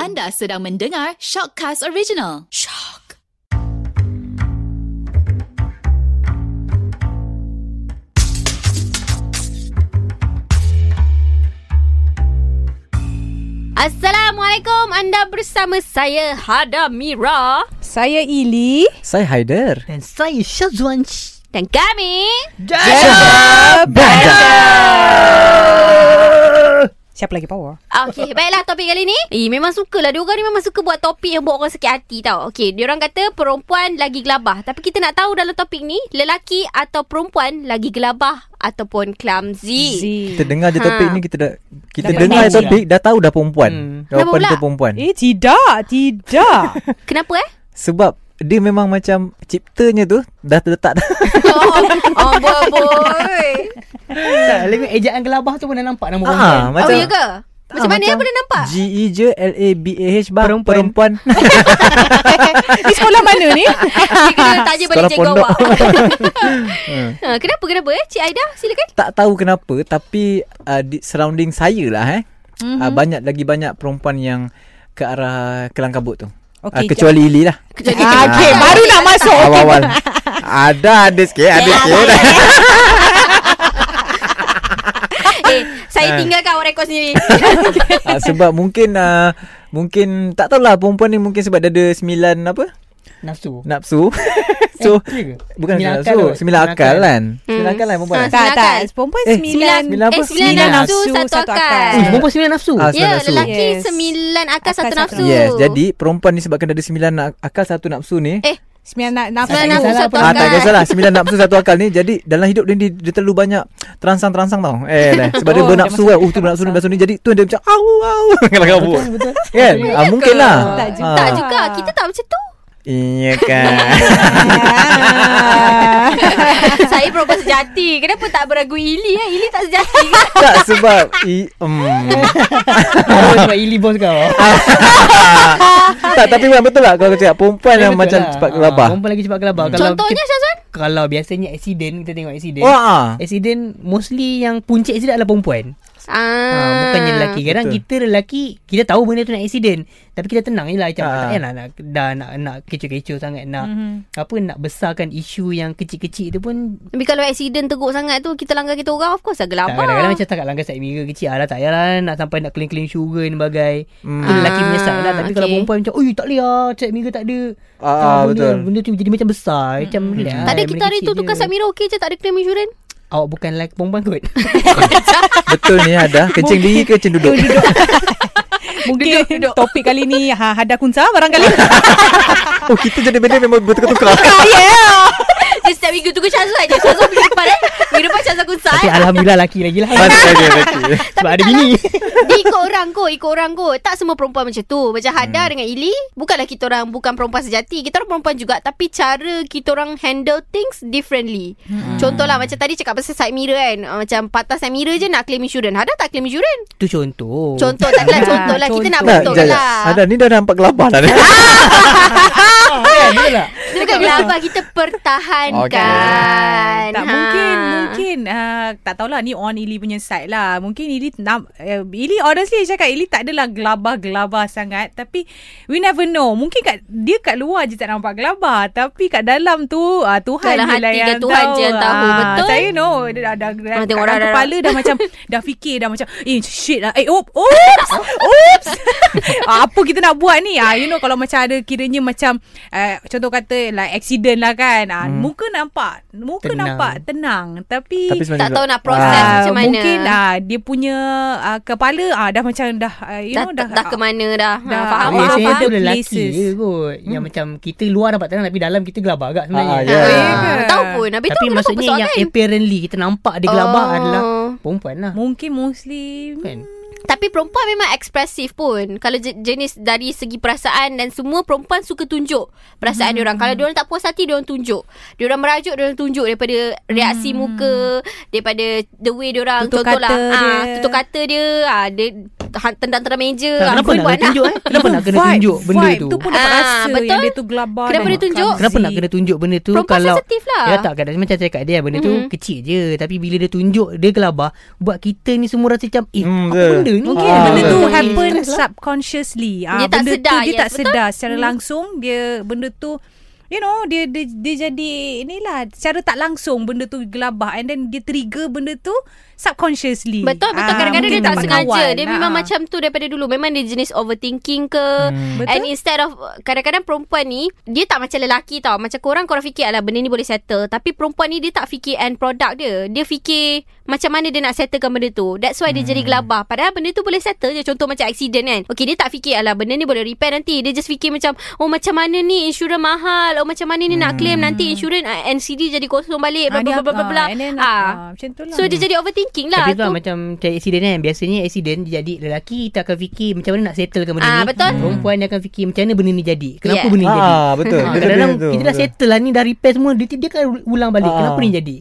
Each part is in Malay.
Anda sedang mendengar Shockcast Original. Shock. Assalamualaikum Anda bersama saya Hada Mira Saya Ili Saya Haider Dan saya Syazwan Dan kami Siapa lagi power? Okey baiklah topik kali ni Eh memang sukalah Diorang ni memang suka buat topik yang buat orang sakit hati tau Okey diorang kata perempuan lagi gelabah Tapi kita nak tahu dalam topik ni Lelaki atau perempuan lagi gelabah Ataupun clumsy Z. Kita dengar je topik Ha. ni Kita dah Kita Dapat dengar idea. topik Dah tahu dah perempuan Hmm. Jawapan Kenapa tu pula? perempuan Eh tidak Tidak Kenapa eh? Sebab Dia memang macam Ciptanya tu Dah terletak Oh, oh boy, boy. Lagi ejaan gelabah tu pernah nampak nama orang Ah, Oh Macam ha, ya ke? Macam Ah, mana macam... macam- boleh nampak? G-E je L-A-B-A-H bang Perempuan. Perempuan Di sekolah mana ni? Ah, Dia kena tanya balik Sekolah cikgu pondok. awak ha, Kenapa kenapa eh Cik Aida silakan Tak tahu kenapa Tapi uh, di Surrounding saya lah eh Mhm. mm-hmm. uh, Banyak lagi banyak Perempuan yang Ke arah Kelang kabut tu okay, uh, Okey, Kecuali Ili lah Ah, Okay baru nak masuk Awal-awal Ada ada sikit Ada sikit Eh, saya tinggalkan awak rekod sendiri. Ah, sebab mungkin uh, mungkin tak tahulah perempuan ni mungkin sebab dia ada sembilan apa Nafsu nafsu. so Eh, iya ke? bukan sembilan Sembilan akal nafsu, kot. sembilan Sembilan akal akal. kan. Sembilan akal kan perempuan. Ah, kan? Tak tak akal. Perempuan Eh, sembilan sembilan apa? Eh, sembilan Sembilan nafsu, satu akal. Eh, Perempuan sembilan nafsu Ah, Ya, sembilan nafsu. lelaki Yes. sembilan akal Akal satu satu nafsu. Yes, jadi perempuan ni sebabkan dia ada sembilan na- akal satu nafsu ni. Eh, Sembilan na- nafsu sembilan nafsu salah satu apa? Ah, akal. tak kisahlah Sembilan nafsu satu akal ni Jadi dalam hidup dia ni Dia terlalu banyak Terangsang-terangsang tau Eh dah Sebab dia Oh, bernafsu dia kan masuk Oh tu bernafsu ni bernafsu ni Jadi tu dia macam Au au Kalau kabur Betul Kan ah, Mungkin lah Tak juga. Ah. Tak juga, kita tak macam tu. Iya kan Ah. saya perempuan sejati. Kenapa tak beragu Ili eh? Ili tak sejati. Tak sebab i, mm. Oh, Sebab Ili bos kau tak tapi memang betul lah kalau kau cakap perempuan yang Betul macam lah. cepat Ah, gelabah. Perempuan lagi cepat gelabah Kalau Contohnya kita- Syazwan? Kalau biasanya accident Kita tengok accident Wah. ah. Accident Mostly yang punca accident adalah perempuan Ah, Ha, bukannya lelaki Kadang Betul. kita lelaki Kita tahu benda tu nak accident Tapi kita tenang je lah Macam Ah. tak payahlah nak, Dah nak, nak kecoh-kecoh sangat Nak Mhm. apa Nak besarkan isu yang kecil-kecil tu pun Tapi kalau accident teruk sangat tu kita langgar kita orang of course lah tak, gelabah. Kadang-kadang macam tak kat langgar side mirror kecil Alah tak payahlah Nak sampai nak clean-clean sugar ni bagai Hmm. hmm. Tu lelaki Ah, menyesal lah Tapi okay. kalau okay. perempuan macam Ui tak boleh lah Side mirror tak ada Ah, benda, betul. Hmm. Benda tu jadi macam besar Macam relax tak ada Ah, benda Hmm. kita hari kecil tu tukar je. sub mirror okey je tak ada claim insurans. Awak bukan like perempuan kot Betul ni ada kencing diri ke kencing duduk. Mungkin topik kali ni ha, Hada Kunsa barangkali oh kita jadi benda memang bertukar-tukar. Dia setiap minggu tukar Syazwan je. Syazwan minggu depan eh. Minggu depan Syazwan kunsai. Tapi Alhamdulillah lelaki lagi lah Masih lagi lelaki. Sebab ada bini Dia ikut orang kot Ikut orang kot Tak semua perempuan macam tu Macam Hada hmm. dengan Ili Bukanlah kita orang Bukan perempuan sejati Kita orang perempuan juga Tapi cara kita orang Handle things differently hmm. Contohlah macam tadi Cakap pasal side mirror kan Ah, Macam patah side mirror je Nak claim insurans Hada tak claim insurans Tu contoh Contoh tak lah Contoh lah Kita nak Nah, bentuk jap, jap. lah Ada ni dah nampak gelabah dah ni. Kan betul tak Dia bukan gelabah Kita pertahankan Okay. Tak Ha. mungkin Mungkin uh, Tak tahulah Ni on Ili punya side lah Mungkin Ili nam, uh, Ili honestly saya cakap Ili tak adalah gelabah-gelabah sangat Tapi We never know Mungkin kat Dia kat luar je tak nampak gelabah Tapi kat dalam tu uh, Tuhan Dalam je lah hati yang dia, Tuhan tahu je yang tahu, Ah, betul? Saya know Dia dah, dah, dah Ah, tengok kat dalam dah- dah- kepala dah macam Dah fikir dah macam Eh shit lah Eh op, oops Oops Ah, Apa kita nak buat ni Ah, You know kalau macam ada Kiranya macam uh, Contoh kata Like accident lah kan Ah, Muka nampak Muka Hmm. Tenang. nampak tenang tapi, ah, Tapi sebenarnya Tak tahu nak proses Ah, macam mana mungkin ah dia punya ah, kepala ah dah macam dah ah, you Dah, know dah, dah ke mana dah, dah- Ha, Faham Apa- Biasanya apa- tu apa lelaki places? je kot Yang macam Kita luar nampak tenang Tapi dalam kita gelabah agak sebenarnya Ah, ya. Hmm. Ah, Ya ke? Tahu pun Habis Tapi tu kan? kenapa maksudnya yang persoalan apparently Kita nampak dia gelabah Oh. Hmm. adalah Perempuan lah ah, mungkin mostly Kan Tapi perempuan memang ekspresif pun. Kalau je- jenis dari segi perasaan dan semua perempuan suka tunjuk perasaan diorang. Hmm. Kalau diorang tak puas hati diorang tunjuk. Diorang merajuk diorang tunjuk daripada reaksi muka, daripada the way diorang Hmm. Tutur contohlah kata ah dia. tutur kata dia, ah dia han- tendang-tendang meja Tak, kenapa nak perempuan kena tunjuk eh? Kenapa nak kena vibe, tunjuk benda vibe tu? tu pun dapat Ah, rasa betul. yang dia tu gelabah Kenapa dan dia tunjuk? clumsy. Kenapa nak kena tunjuk benda tu Perempuan kalau sensitif lah. Ya tak kadang macam saya kat dia benda tu kecil je tapi bila dia tunjuk dia gelabah buat kita ni semua rasa macam eh Hmm, apa betul. benda ni? Mungkin Ah, benda tu betul. happen Stress lah. subconsciously. Ah, Dia tak benda sedar, tu dia yes, tak betul? Hmm. sedar secara langsung dia benda tu You know dia, dia dia jadi inilah secara tak langsung benda tu gelabah and then dia trigger benda tu subconsciously. Betul betul Ah, kadang-kadang mungkin dia tak sengaja. mengawal. Dia Ah, memang ah. macam eh, tu daripada dulu. Memang dia jenis overthinking ke. Hmm. And Betul. instead of kadang-kadang perempuan ni dia tak macam lelaki tau. Macam korang korang fikir alah benda ni boleh settle. Tapi perempuan ni dia tak fikir end product dia. Dia fikir macam mana dia nak settlekan benda tu. That's why dia jadi Hmm. gelabah. Padahal benda tu boleh settle je. Contoh macam accident kan. Okay dia tak fikir alah benda ni boleh repair nanti. Dia just fikir macam oh macam mana ni insurans mahal. Oh macam mana ni nak claim nanti insurans ah, NCD jadi kosong balik. Bla Hmm. Ah, bla dia- bla bla. bla. ah, and then, Ah. ah, Macam tu lah. So dia jadi overthinking lah. Tapi tu Tu- lah macam macam accident kan Biasanya accident dia jadi lelaki Kita akan fikir macam mana nak settlekan benda Ah, ni betul. Perempuan dia akan fikir macam mana benda ni jadi Kenapa Yeah. benda ni jadi Ah, betul. Ah, Betul, Kadang-kadang betul, kita dah betul. settle lah ni Dah repair semua Dia, dia akan ulang balik Ah. Kenapa ni jadi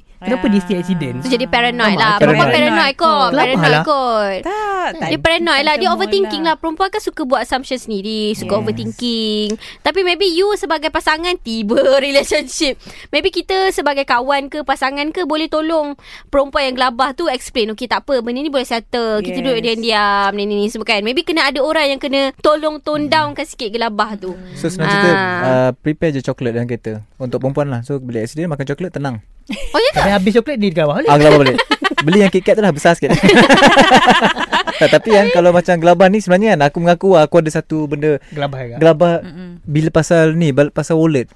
Ah. Kenapa dia still accident Tu jadi paranoid Nampak, lah. paranoid. Perempuan paranoid kot. Kelabah Paranoid lah. kot. tak, tak. Dia paranoid tak lah. Dia semua overthinking lah. lah. Perempuan kan suka buat assumption sendiri. Suka Yes. overthinking. Tapi maybe you sebagai pasangan tiba relationship. Maybe kita sebagai kawan ke pasangan ke boleh tolong perempuan yang gelabah tu explain. Okay tak apa benda ni boleh settle. Kita Yes. duduk diam-diam ni ni ni semua kan. Maybe kena ada orang yang kena tolong tone downkan sikit gelabah tu. So senang cerita Ah. uh, Prepare je coklat dalam kereta Untuk perempuan lah So bila accident makan coklat tenang Oh ya ke? Tapi habis coklat dia gelabah balik Ah gelabah balik Beli yang KitKat tu lah besar sikit tak, Tapi kan kalau macam gelabah ni sebenarnya kan Aku mengaku lah, aku ada satu benda Gelabah juga Gelabah Bila pasal ni bal- Pasal wallet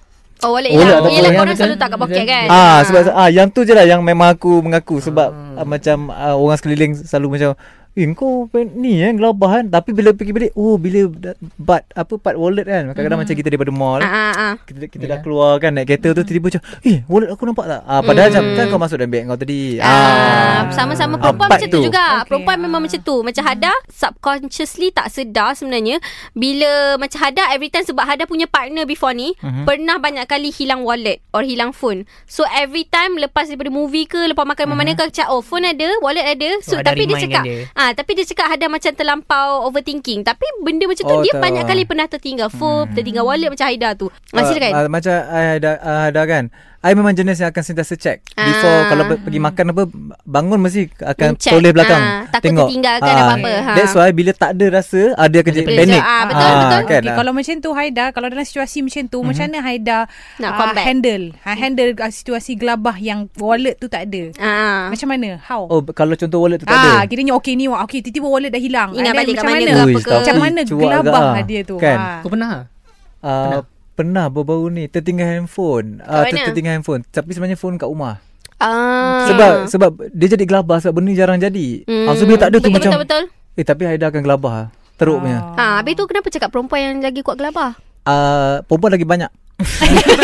Oh wallet Wallet hilang. ataupun- Yelah yang korang betul- selalu tak kat poket kan? Ah sebab ah yang tu je lah yang memang aku mengaku sebab ah. macam ah, orang sekeliling selalu macam Eh kau pen- ni eh gelabah kan Tapi bila pergi balik Oh bila da- Bat Apa part wallet kan Kadang-kadang macam kita daripada mall Ah, ah, ah. Kita, kita dah keluar kan Naik kereta tu Tiba-tiba macam Eh wallet aku nampak tak ah, Padahal macam Kan kau masuk dalam beg kau tadi Ah, sama-sama perempuan Ah, part macam tu, tu. juga. Okay. Okay, Perempuan memang macam tu. Macam Hada subconsciously tak sedar sebenarnya bila macam Hada every time sebab Hada punya partner before ni Mhm. pernah banyak kali hilang wallet or hilang phone. So every time lepas daripada movie ke lepas makan uh-huh. mana Mhm. ke cak oh phone ada, wallet ada. So Oh, Hada tapi dia remind kan cakap dia. ah tapi dia cakap Hada macam terlampau overthinking. Tapi benda macam tu Oh, Hmm. dia tahu. banyak kali pernah tertinggal phone, tertinggal wallet macam Hada tu. Ah, Masih kan? ah, Macam I ada, ah, ada kan I memang jenis yang akan sentiasa check Before Ah. kalau pe- pergi makan apa Bangun mesti akan Mencek. toleh Ah, belakang takut Tengok tertinggalkan Ah, apa-apa. Ha. That's why bila tak ada rasa ah, Dia akan jadi Dia panic Ah, betul, betul. Ah, kan, Mhm. okay, ah. Kalau macam tu Haida Kalau dalam situasi macam tu mm-hmm. Macam mana Haida Nak ah, combat. Hmm. Handle uh, Handle uh, situasi gelabah Yang wallet tu tak ada Ah. Macam mana How Oh b- kalau contoh wallet tu tak ah, ada kiranya okay ni Okay tiba-tiba wallet dah hilang Ingat And then balik kat macam mana mana ke apa Ui, ke? tapi lah, Macam mana cuak gelabah agak, dia tu kan? Ah. Kau pernah? Ah, Pernah baru-baru ni Tertinggal handphone Ah, ter- mana? Tertinggal handphone Tapi sebenarnya phone kat rumah Ah. Sebab sebab dia jadi gelabah sebab benda ni jarang jadi. Hmm. Ah, so bila tak ada tu betul, macam betul betul. eh tapi Haida akan gelabah ah. Teruk punya. Ha, habis tu kenapa cakap perempuan yang lagi kuat gelabah? Ah, perempuan lagi banyak.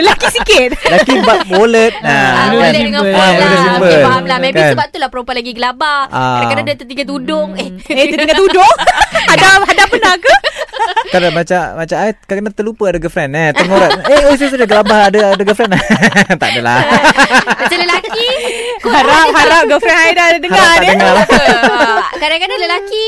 Lelaki sikit Laki bab kan? wallet. Ah, boleh dengan simple. puan Ah, lah. boleh Okay, simple. faham lah. Maybe Kan? sebab tu lah perempuan lagi gelabah. Ah. Kadang-kadang dia tertinggal tudung. Eh, Eh tertinggal tudung Ada ada pernah ke Kan macam macam I kadang-kadang terlupa ada girlfriend eh. Tengorak. eh, oh, saya sudah gelabah ada ada girlfriend. tak adalah. macam lelaki. kuat Harap harap girlfriend Haida dengar Harap tak eh. dia dengar lah. Ah, Kadang-kadang lelaki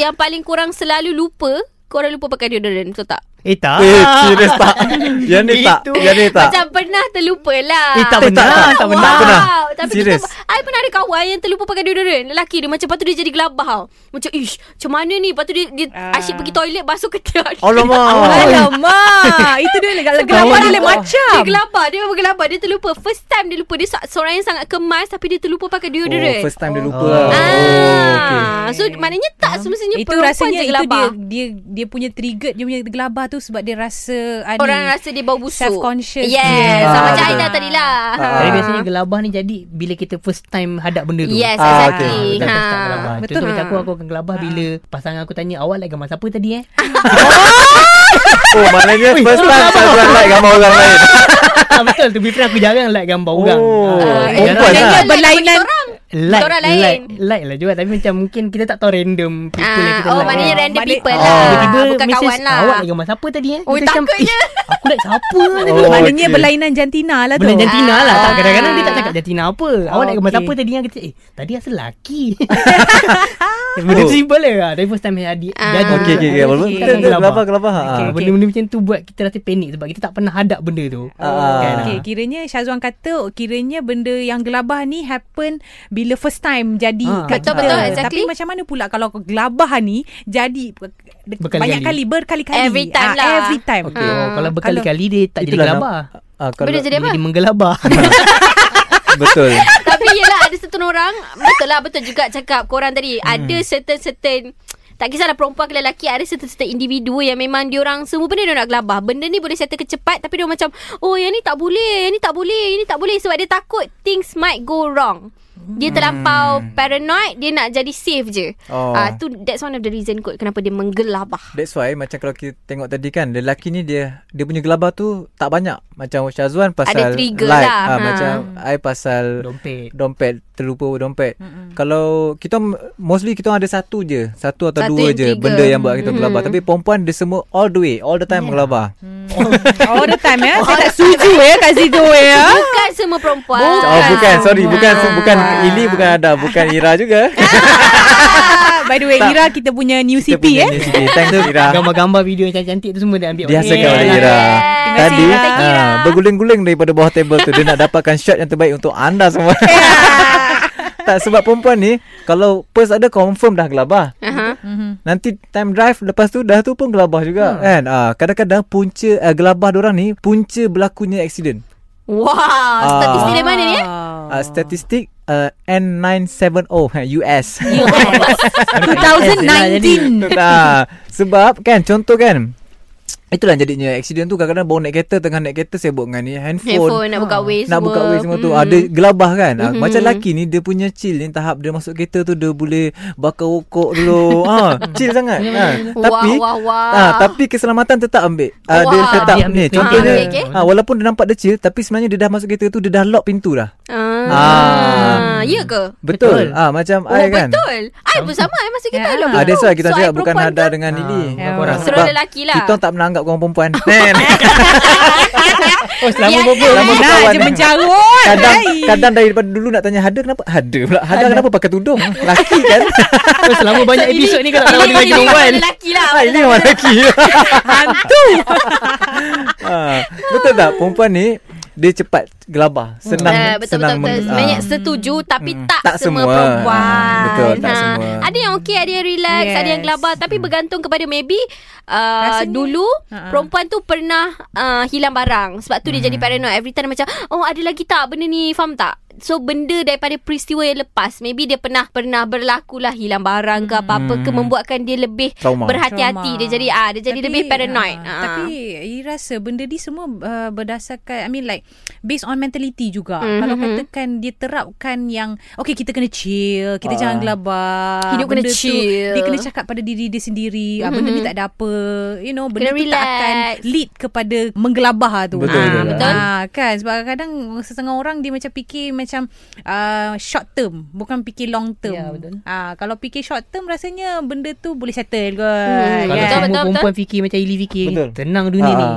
yang paling kurang selalu lupa, korang lupa pakai deodorant, betul tak? Eh tak Eh, serius tak? Yang ni tak. Itu. Yang ni tak. Macam pernah terlupa lah. Eh, tak Eh, benar, tak Wow. benar. pernah. Tapi Serious. kita, I pernah ada kawan yang terlupa pakai deodorant. Lelaki dia macam, lepas tu dia jadi gelabah tau. Macam, ish, macam mana ni? Lepas tu dia, dia Ah. asyik pergi toilet, basuh ketiak. Oh, Alamak. Alamak Itu dia gelabah Gelabah dia lain macam Dia gelabah Dia memang gelabah Dia terlupa First time dia lupa Dia se- seorang yang sangat kemas Tapi dia terlupa pakai Oh, deodorant first time dia lupa. Oh. lah. ah, Oh, okay. Ah. So maknanya tak semestinya itu perempuan je rasanya itu gelabah. dia dia dia punya trigger dia punya gelabah tu sebab dia rasa ah, ni. Orang rasa dia bau busuk Self-conscious. Yes Ah, Sama macam betul. Aida tadi lah Ah. Tapi biasanya gelabah ni jadi bila kita first time hadap benda tu. Yes Ah. Ah, exactly okay. Kita ha. first time gelabah. Betul. Betul. Macam Ha. aku aku akan gelabah bila pasangan aku tanya awak lagi gambar siapa tadi eh? Oh, maknanya first time saya buat like gambar orang lain. ah, betul tu befriend aku jarang like gambar orang. Oh, Ah, Eh, perempuan lah. jarang. Dia Berlainan berlainan- like, Orang lain. like, like lah juga Tapi macam mungkin Kita tak tahu random People yang Ah, kita oh like eh. maknanya Ah, random maknanya- people Ah, lah Tiba-tiba Bukan message, kawan lah Awak dengan siapa tadi eh Oh, Kita macam, takutnya. eh, Aku like siapa tadi Oh, Maknanya okay. berlainan jantina lah tu. Bulan jantina lah tak, Ah. Oh, Kadang-kadang dia tak cakap jantina apa Awak nak kemas Okay. apa tadi yang kata Eh tadi asal lelaki Benda tu simple lah Tapi first time Hadi Ah. Jadi Oh. Okey okey okey. Walaupun Okey. betul betul gelabah gelabah. Ha. Okey, okey. Benda-benda macam tu Buat kita rasa panik Sebab kita tak pernah hadap benda tu Ah. Kan, Okay, ah. kiranya Syazwan kata oh, kiranya benda yang gelabah ni happen bila first time jadi Ah, kat betul, kita. betul, exactly. Tapi macam mana pula kalau gelabah ni jadi be- Berkali-kali. banyak kali berkali-kali. Every time Ah, lah. Every time. Okay, oh, kalau Kalau- berkali-kali dia tak jadi Itulah gelabah. Ah, kalau Boleh jadi Dia apa? jadi menggelabar. betul. Tapi yelah ada certain orang Betul lah betul juga cakap korang Hmm. tadi Ada certain-certain tak kisahlah perempuan ke lelaki Ada certain-certain individu Yang memang diorang Semua benda dia nak gelabah Benda ni boleh settle kecepat Tapi dia macam Oh yang ni tak boleh Yang ni tak boleh Yang ni tak boleh Sebab dia takut Things might go wrong dia terlampau paranoid Dia nak jadi safe je Hmm. Oh. Ah, tu That's one of the reason kot Kenapa dia menggelabah That's why macam kalau kita tengok tadi kan lelaki ni dia dia punya gelabah tu tak banyak macam Syazwan Ada pasal trigger like, lah, ah, ha. macam I pasal Dompet. dompet terlupa dompet. Mm-hmm. Kalau kita m- mostly kita ada satu je, satu atau Satu dua yang je trigger. benda yang buat kita Mm. gelabah. Tapi perempuan dia semua all the way, all the time yeah. gelabah. Mm. All the time ya. Saya tak setuju ya kat situ ya. Bukan semua perempuan Oh bukan, sorry, bukan Ah. bukan Ili bukan ada, bukan Ira juga. Ah, By the way, Ira kita punya new Kita CP punya eh. ni CP. Thanks Ira. Gambar-gambar video yang cantik-cantik tu semua dia ambil. Dihasilkan Yeah. oleh Ira. Terima kasih, Tadi Ira. Thank you, Ira. ha, berguling-guling daripada bawah table tu dia nak dapatkan shot yang terbaik untuk anda semua. tak sebab perempuan ni kalau purse ada confirm dah gelabah. Aha. Nanti time drive lepas tu dah tu pun gelabah juga hmm. kan. Ah kadang-kadang punca uh, gelabah orang ni punca berlakunya aksiden. Ah. Wow Statistik dari mana ni eh Uh, statistik uh, N970 ha, US. lah 2019. nah, Ah, sebab kan contoh kan Itulah jadinya aksiden tu kadang-kadang bawa naik kereta tengah naik kereta sibuk dengan ni handphone, Handphone nak buka way semua nak buka way semua tu Mm. ada gelabah kan mm Mm-mm. macam laki ni dia punya chill ni tahap dia masuk kereta tu dia boleh bakar rokok dulu ha chill sangat ha. tapi wah, wah. Ah, tapi keselamatan tetap ambil. Ah, dia Wah. tetap Dia ambil ni. kereta. Contohnya, Ah, okey, okey. ah, walaupun dia nampak dia chill, tapi sebenarnya dia dah masuk kereta tu, dia dah lock pintu dah. Ah. Ah, ya ke? Betul. Betul. Ah, macam Oh I kan. betul. I pun sama I masih kita Ya. elok Ah, that's why kita So, I cakap bukan perempuan hada ke? dengan Ah, Lili. bukan korang. Suruh Sebab lelaki lah. Kita tak menanggap korang perempuan. Kan? Oh, selama Biasa. berbual. Lama Nah, kawan. dia mencarut. kadang Hai. kadang daripada dulu nak tanya hada kenapa? Hada pula. Hada kenapa pakai tudung? Laki kan? Oh, selama banyak episod ni kalau tak tahu dia lagi Ini perempuan. Lelaki lah. Ah, ini memang lelaki. Hantu. ah, betul tak? Perempuan ni dia cepat gelabah, senang Ah, betul betul betul. senang meng- Sebenarnya ah. setuju tapi Mm. tak, Tak semua, semua. perempuan. Betul, tak Ah, semua. Hmm. Ada yang okey, ada yang relax, yes. ada yang Yes. gelabah tapi bergantung kepada maybe uh, Rasanya- Ha, dulu Ha-ha. perempuan tu pernah uh, hilang barang sebab tu dia Hmm. jadi paranoid every time dia macam oh ada lagi tak benda ni faham tak? So benda daripada peristiwa yang lepas maybe dia pernah pernah berlakulah hilang barang ke apa-apa ke Hmm. membuatkan dia lebih Trauma. berhati-hati Trauma. dia jadi ah dia jadi Tapi, lebih paranoid. ah, Ah. Tapi you rasa benda ni semua uh, berdasarkan I mean like based on mentality juga. Mhm. Mm-hmm. Kalau katakan dia terapkan yang okay kita kena chill, kita Ah. jangan gelabah. Hidup kena benda chill. Mhm, Tu, dia kena cakap pada diri dia sendiri. Mm-hmm. Benda ni tak ada apa. You know, benda Kena tu tak akan relax. lead kepada menggelabah tu. Betul, Ah, betul. betul. Ah, kan sebab kadang setengah orang dia macam fikir macam uh, short term, bukan fikir long term. Ya, betul. Ah, kalau fikir short term rasanya benda tu boleh settle kot. kan? Hmm. Kalau Betul, semua betul, perempuan fikir macam Ili fikir, Betul. tenang dunia ni. Ah.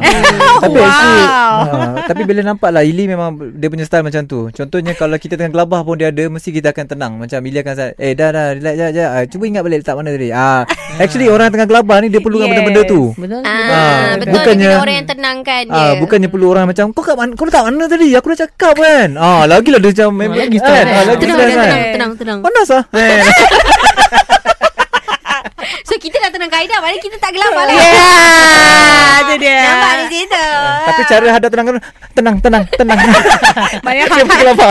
tapi Wow. actually, ah, tapi bila nampak lah Ili memang dia punya style macam tu. Contohnya kalau kita tengah gelabah pun dia ada mesti kita akan tenang. Macam Ili akan say, "Eh dah dah relax jap jap. Ah, cuba ingat balik letak mana tadi." Ah, actually orang tengah gelabah ni dia Yes. perlukan benda-benda tu. Betul. Ah, betul bukannya- dia kena orang yang tenangkan dia. Ah, bukannya perlu orang macam kau kat mana kau letak mana tadi? Aku dah cakap kan. Ah, lagilah dia macam member lagi kan? style. Ah, lagi tenang, tenang, style kan. tenang, tenang, tenang. Panas ah. Eh. So kita dah tenang kaedah Maknanya kita tak gelap lah Ya. Yeah, Ah, tu dia. Nampak di situ Tapi cara hadap tenang tenang tenang tenang. Banyak Dia pukul apa?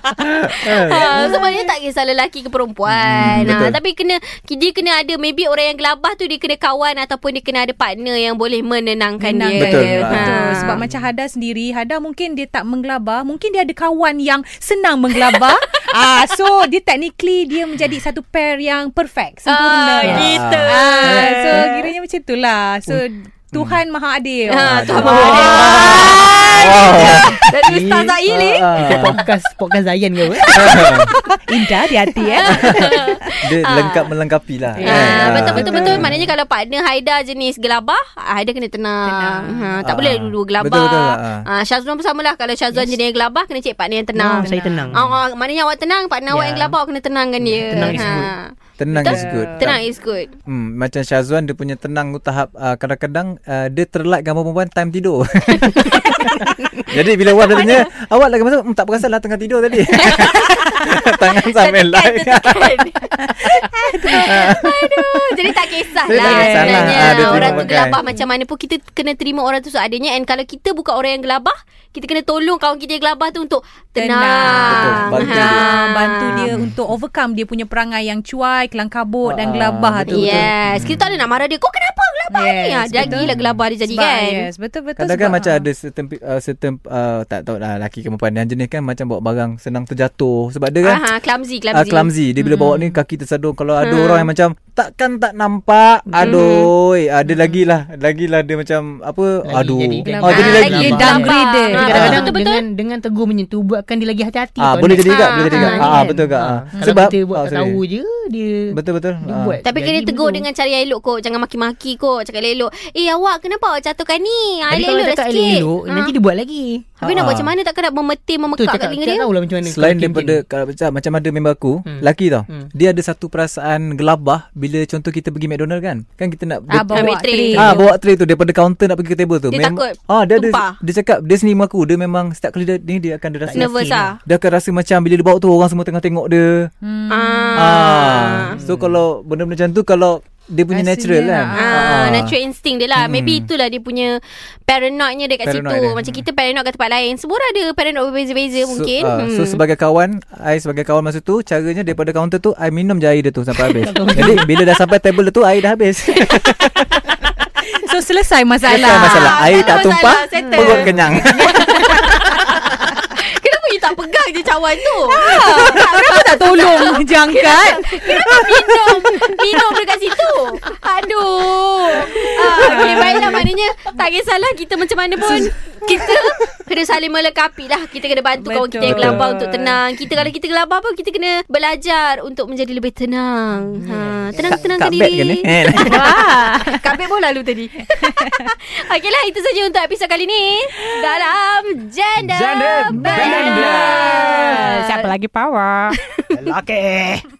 ha, So maknanya tak kisah lelaki ke perempuan Hmm, ha, betul. Tapi kena Dia kena ada Maybe orang yang gelabah tu Dia kena kawan Ataupun dia kena ada partner Yang boleh menenangkan dia Betul. Betul. Ah. Ha. Sebab macam Hada sendiri, Hada mungkin dia tak menggelabah, mungkin dia ada kawan yang senang menggelabah. ah, so dia technically dia menjadi satu pair yang perfect, sempurna. Ah, ya. gitu. Ah, so kiranya macam itulah. So Tuhan Maha Adil. Ha, Ah, tu apa dia- ada? Wow. Dari Ustaz Zahil ni. Ah, ah. Eh, Podcast Podcast Zayan ke apa Indah di hati eh. Dia lengkap melengkapi lah Ah, kan? Ah, Ah. betul betul betul maknanya kalau partner Haida jenis gelabah ah, Haida kena tenang, Tenang. Ha, tak Ah, boleh dulu gelabah betul, betul lah, ah. Syazwan pun samalah kalau Syazwan jenis gelabah kena cari partner yang tenang Saya tenang Ah, ah, maknanya awak tenang partner awak Ya. yang gelabah awak kena tenangkan dia Ah. Tenang Betul? Tenang is good. is good tenang is good Hmm, macam Syazwan dia punya tenang tu tahap uh, kadang-kadang uh, dia terlak gambar perempuan time tidur. Jadi bila Wan dah tanya, awak lagi masa hmm, tak perasan lah tengah tidur tadi. Tangan Kan, sampai like. Tertekan, tertekan. Aduh Jadi tak kisah Jadi lah tak kisah lah. Sebenarnya Ah, dia terima Orang tu makan. gelabah Macam mana pun Kita kena terima orang tu seadanya And kalau kita bukan orang yang gelabah Kita kena tolong Kawan kita yang gelabah tu Untuk tenang, Betul, Ah. bantu Ha. dia. Tenang, bantu dia untuk overcome dia punya perangai yang cuai, kelang kabut dan Ah, gelabah tu. betul-betul. Yes Kita tak boleh nak marah dia Kau kenapa gelabah yes, ni Yes, Ah, Jagilah gelabah dia jadi Sebab, kan Yes, betul betul. sebab- Kadang-kadang ah. macam ada certain, pe- uh, certain uh, tak tahu lah lelaki ke perempuan yang jenis kan macam bawa barang senang terjatuh sebab dia kan Aha, clumsy, ha, clumsy. Ah, clumsy. Dia bila bawa ni kaki tersadur kalau ada orang yang macam takkan tak nampak. Aduh, ada lagi lah. Lagilah dia macam apa? Lagi aduh. jadi oh, gelabah. jadi Ah, lagi. lagi dia downgrade dia. Ah, Kadang-kadang betul, betul. dengan dengan tegur menyentuh buatkan dia lagi hati-hati. Ah, tau, boleh Nat. jadi juga, Ah, boleh jadi juga. ah, Ah, ah, betul juga. Ah, Ah. Kalau Sebab kita buat ah, tak sorry. tahu je dia Betul betul. dia Ah. buat. Tapi Jadi kena tegur betul. dengan cara yang elok kot. Jangan maki-maki kot. Cakap elok. Eh awak kenapa awak jatuhkan ni? Ah, Jadi kalau elok-elok cakap sikit. elok-elok Ah. nanti dia buat lagi. Habis nak Ah. buat macam mana takkan nak memetir Tu memekak kat cakap telinga tak dia? tahulah macam mana. Selain kalau daripada kalau macam macam ada member aku, Hmm. laki tau. Hmm. Dia ada satu perasaan gelabah bila contoh kita pergi McDonald kan. Kan kita nak Ah, bawa Ambil tray. tray. Ah bawa tray tu daripada kaunter nak pergi ke table Eh, tu. Dia Mem- takut Ah dia ada tumpah. dia cakap dia sendiri mengaku dia memang setiap kali dia ni dia akan dia rasa Nervous yakin lah. dia akan rasa macam bila dia bawa tu orang semua tengah tengok dia. Hmm. Ah. Ah. So kalau benda-benda macam tu kalau dia punya Rasanya natural kan. lah. Ah, natural instinct dia Hmm. lah. Maybe itulah dia punya paranoidnya dekat Paranoid situ. dia. Macam kita paranoid kat tempat lain. Semua orang ada paranoid berbeza-beza mungkin. hmm. So, ah, so sebagai kawan, I sebagai kawan masa tu caranya daripada kaunter tu I minum je air dia tu sampai habis. Jadi bila dah sampai table dia tu air dah habis. So selesai masalah. Bukan masalah. Air tak ada tak masalah, tumpah, settle. perut kenyang. Kenapa you tak pegang je cawan tu? Kenapa tak tolong je angkat? Kenapa minum? Minum dekat situ. Aduh. Ah, okay, baiklah maknanya tak kisahlah kita macam mana pun. Kita kena saling melengkapi lah. Kita kena bantu kawan kita yang Betul. gelabah untuk tenang. Kita kalau kita gelabah pun kita kena belajar untuk menjadi lebih tenang. Ha, tenang-tenangkan Kat beg ke ni? diri. Eh. Wah, kabel pun lalu tadi. Okeylah, lah, itu saja untuk episod kali ni dalam Gender, Gender Blender. Blender. Siapa lagi power? Okey.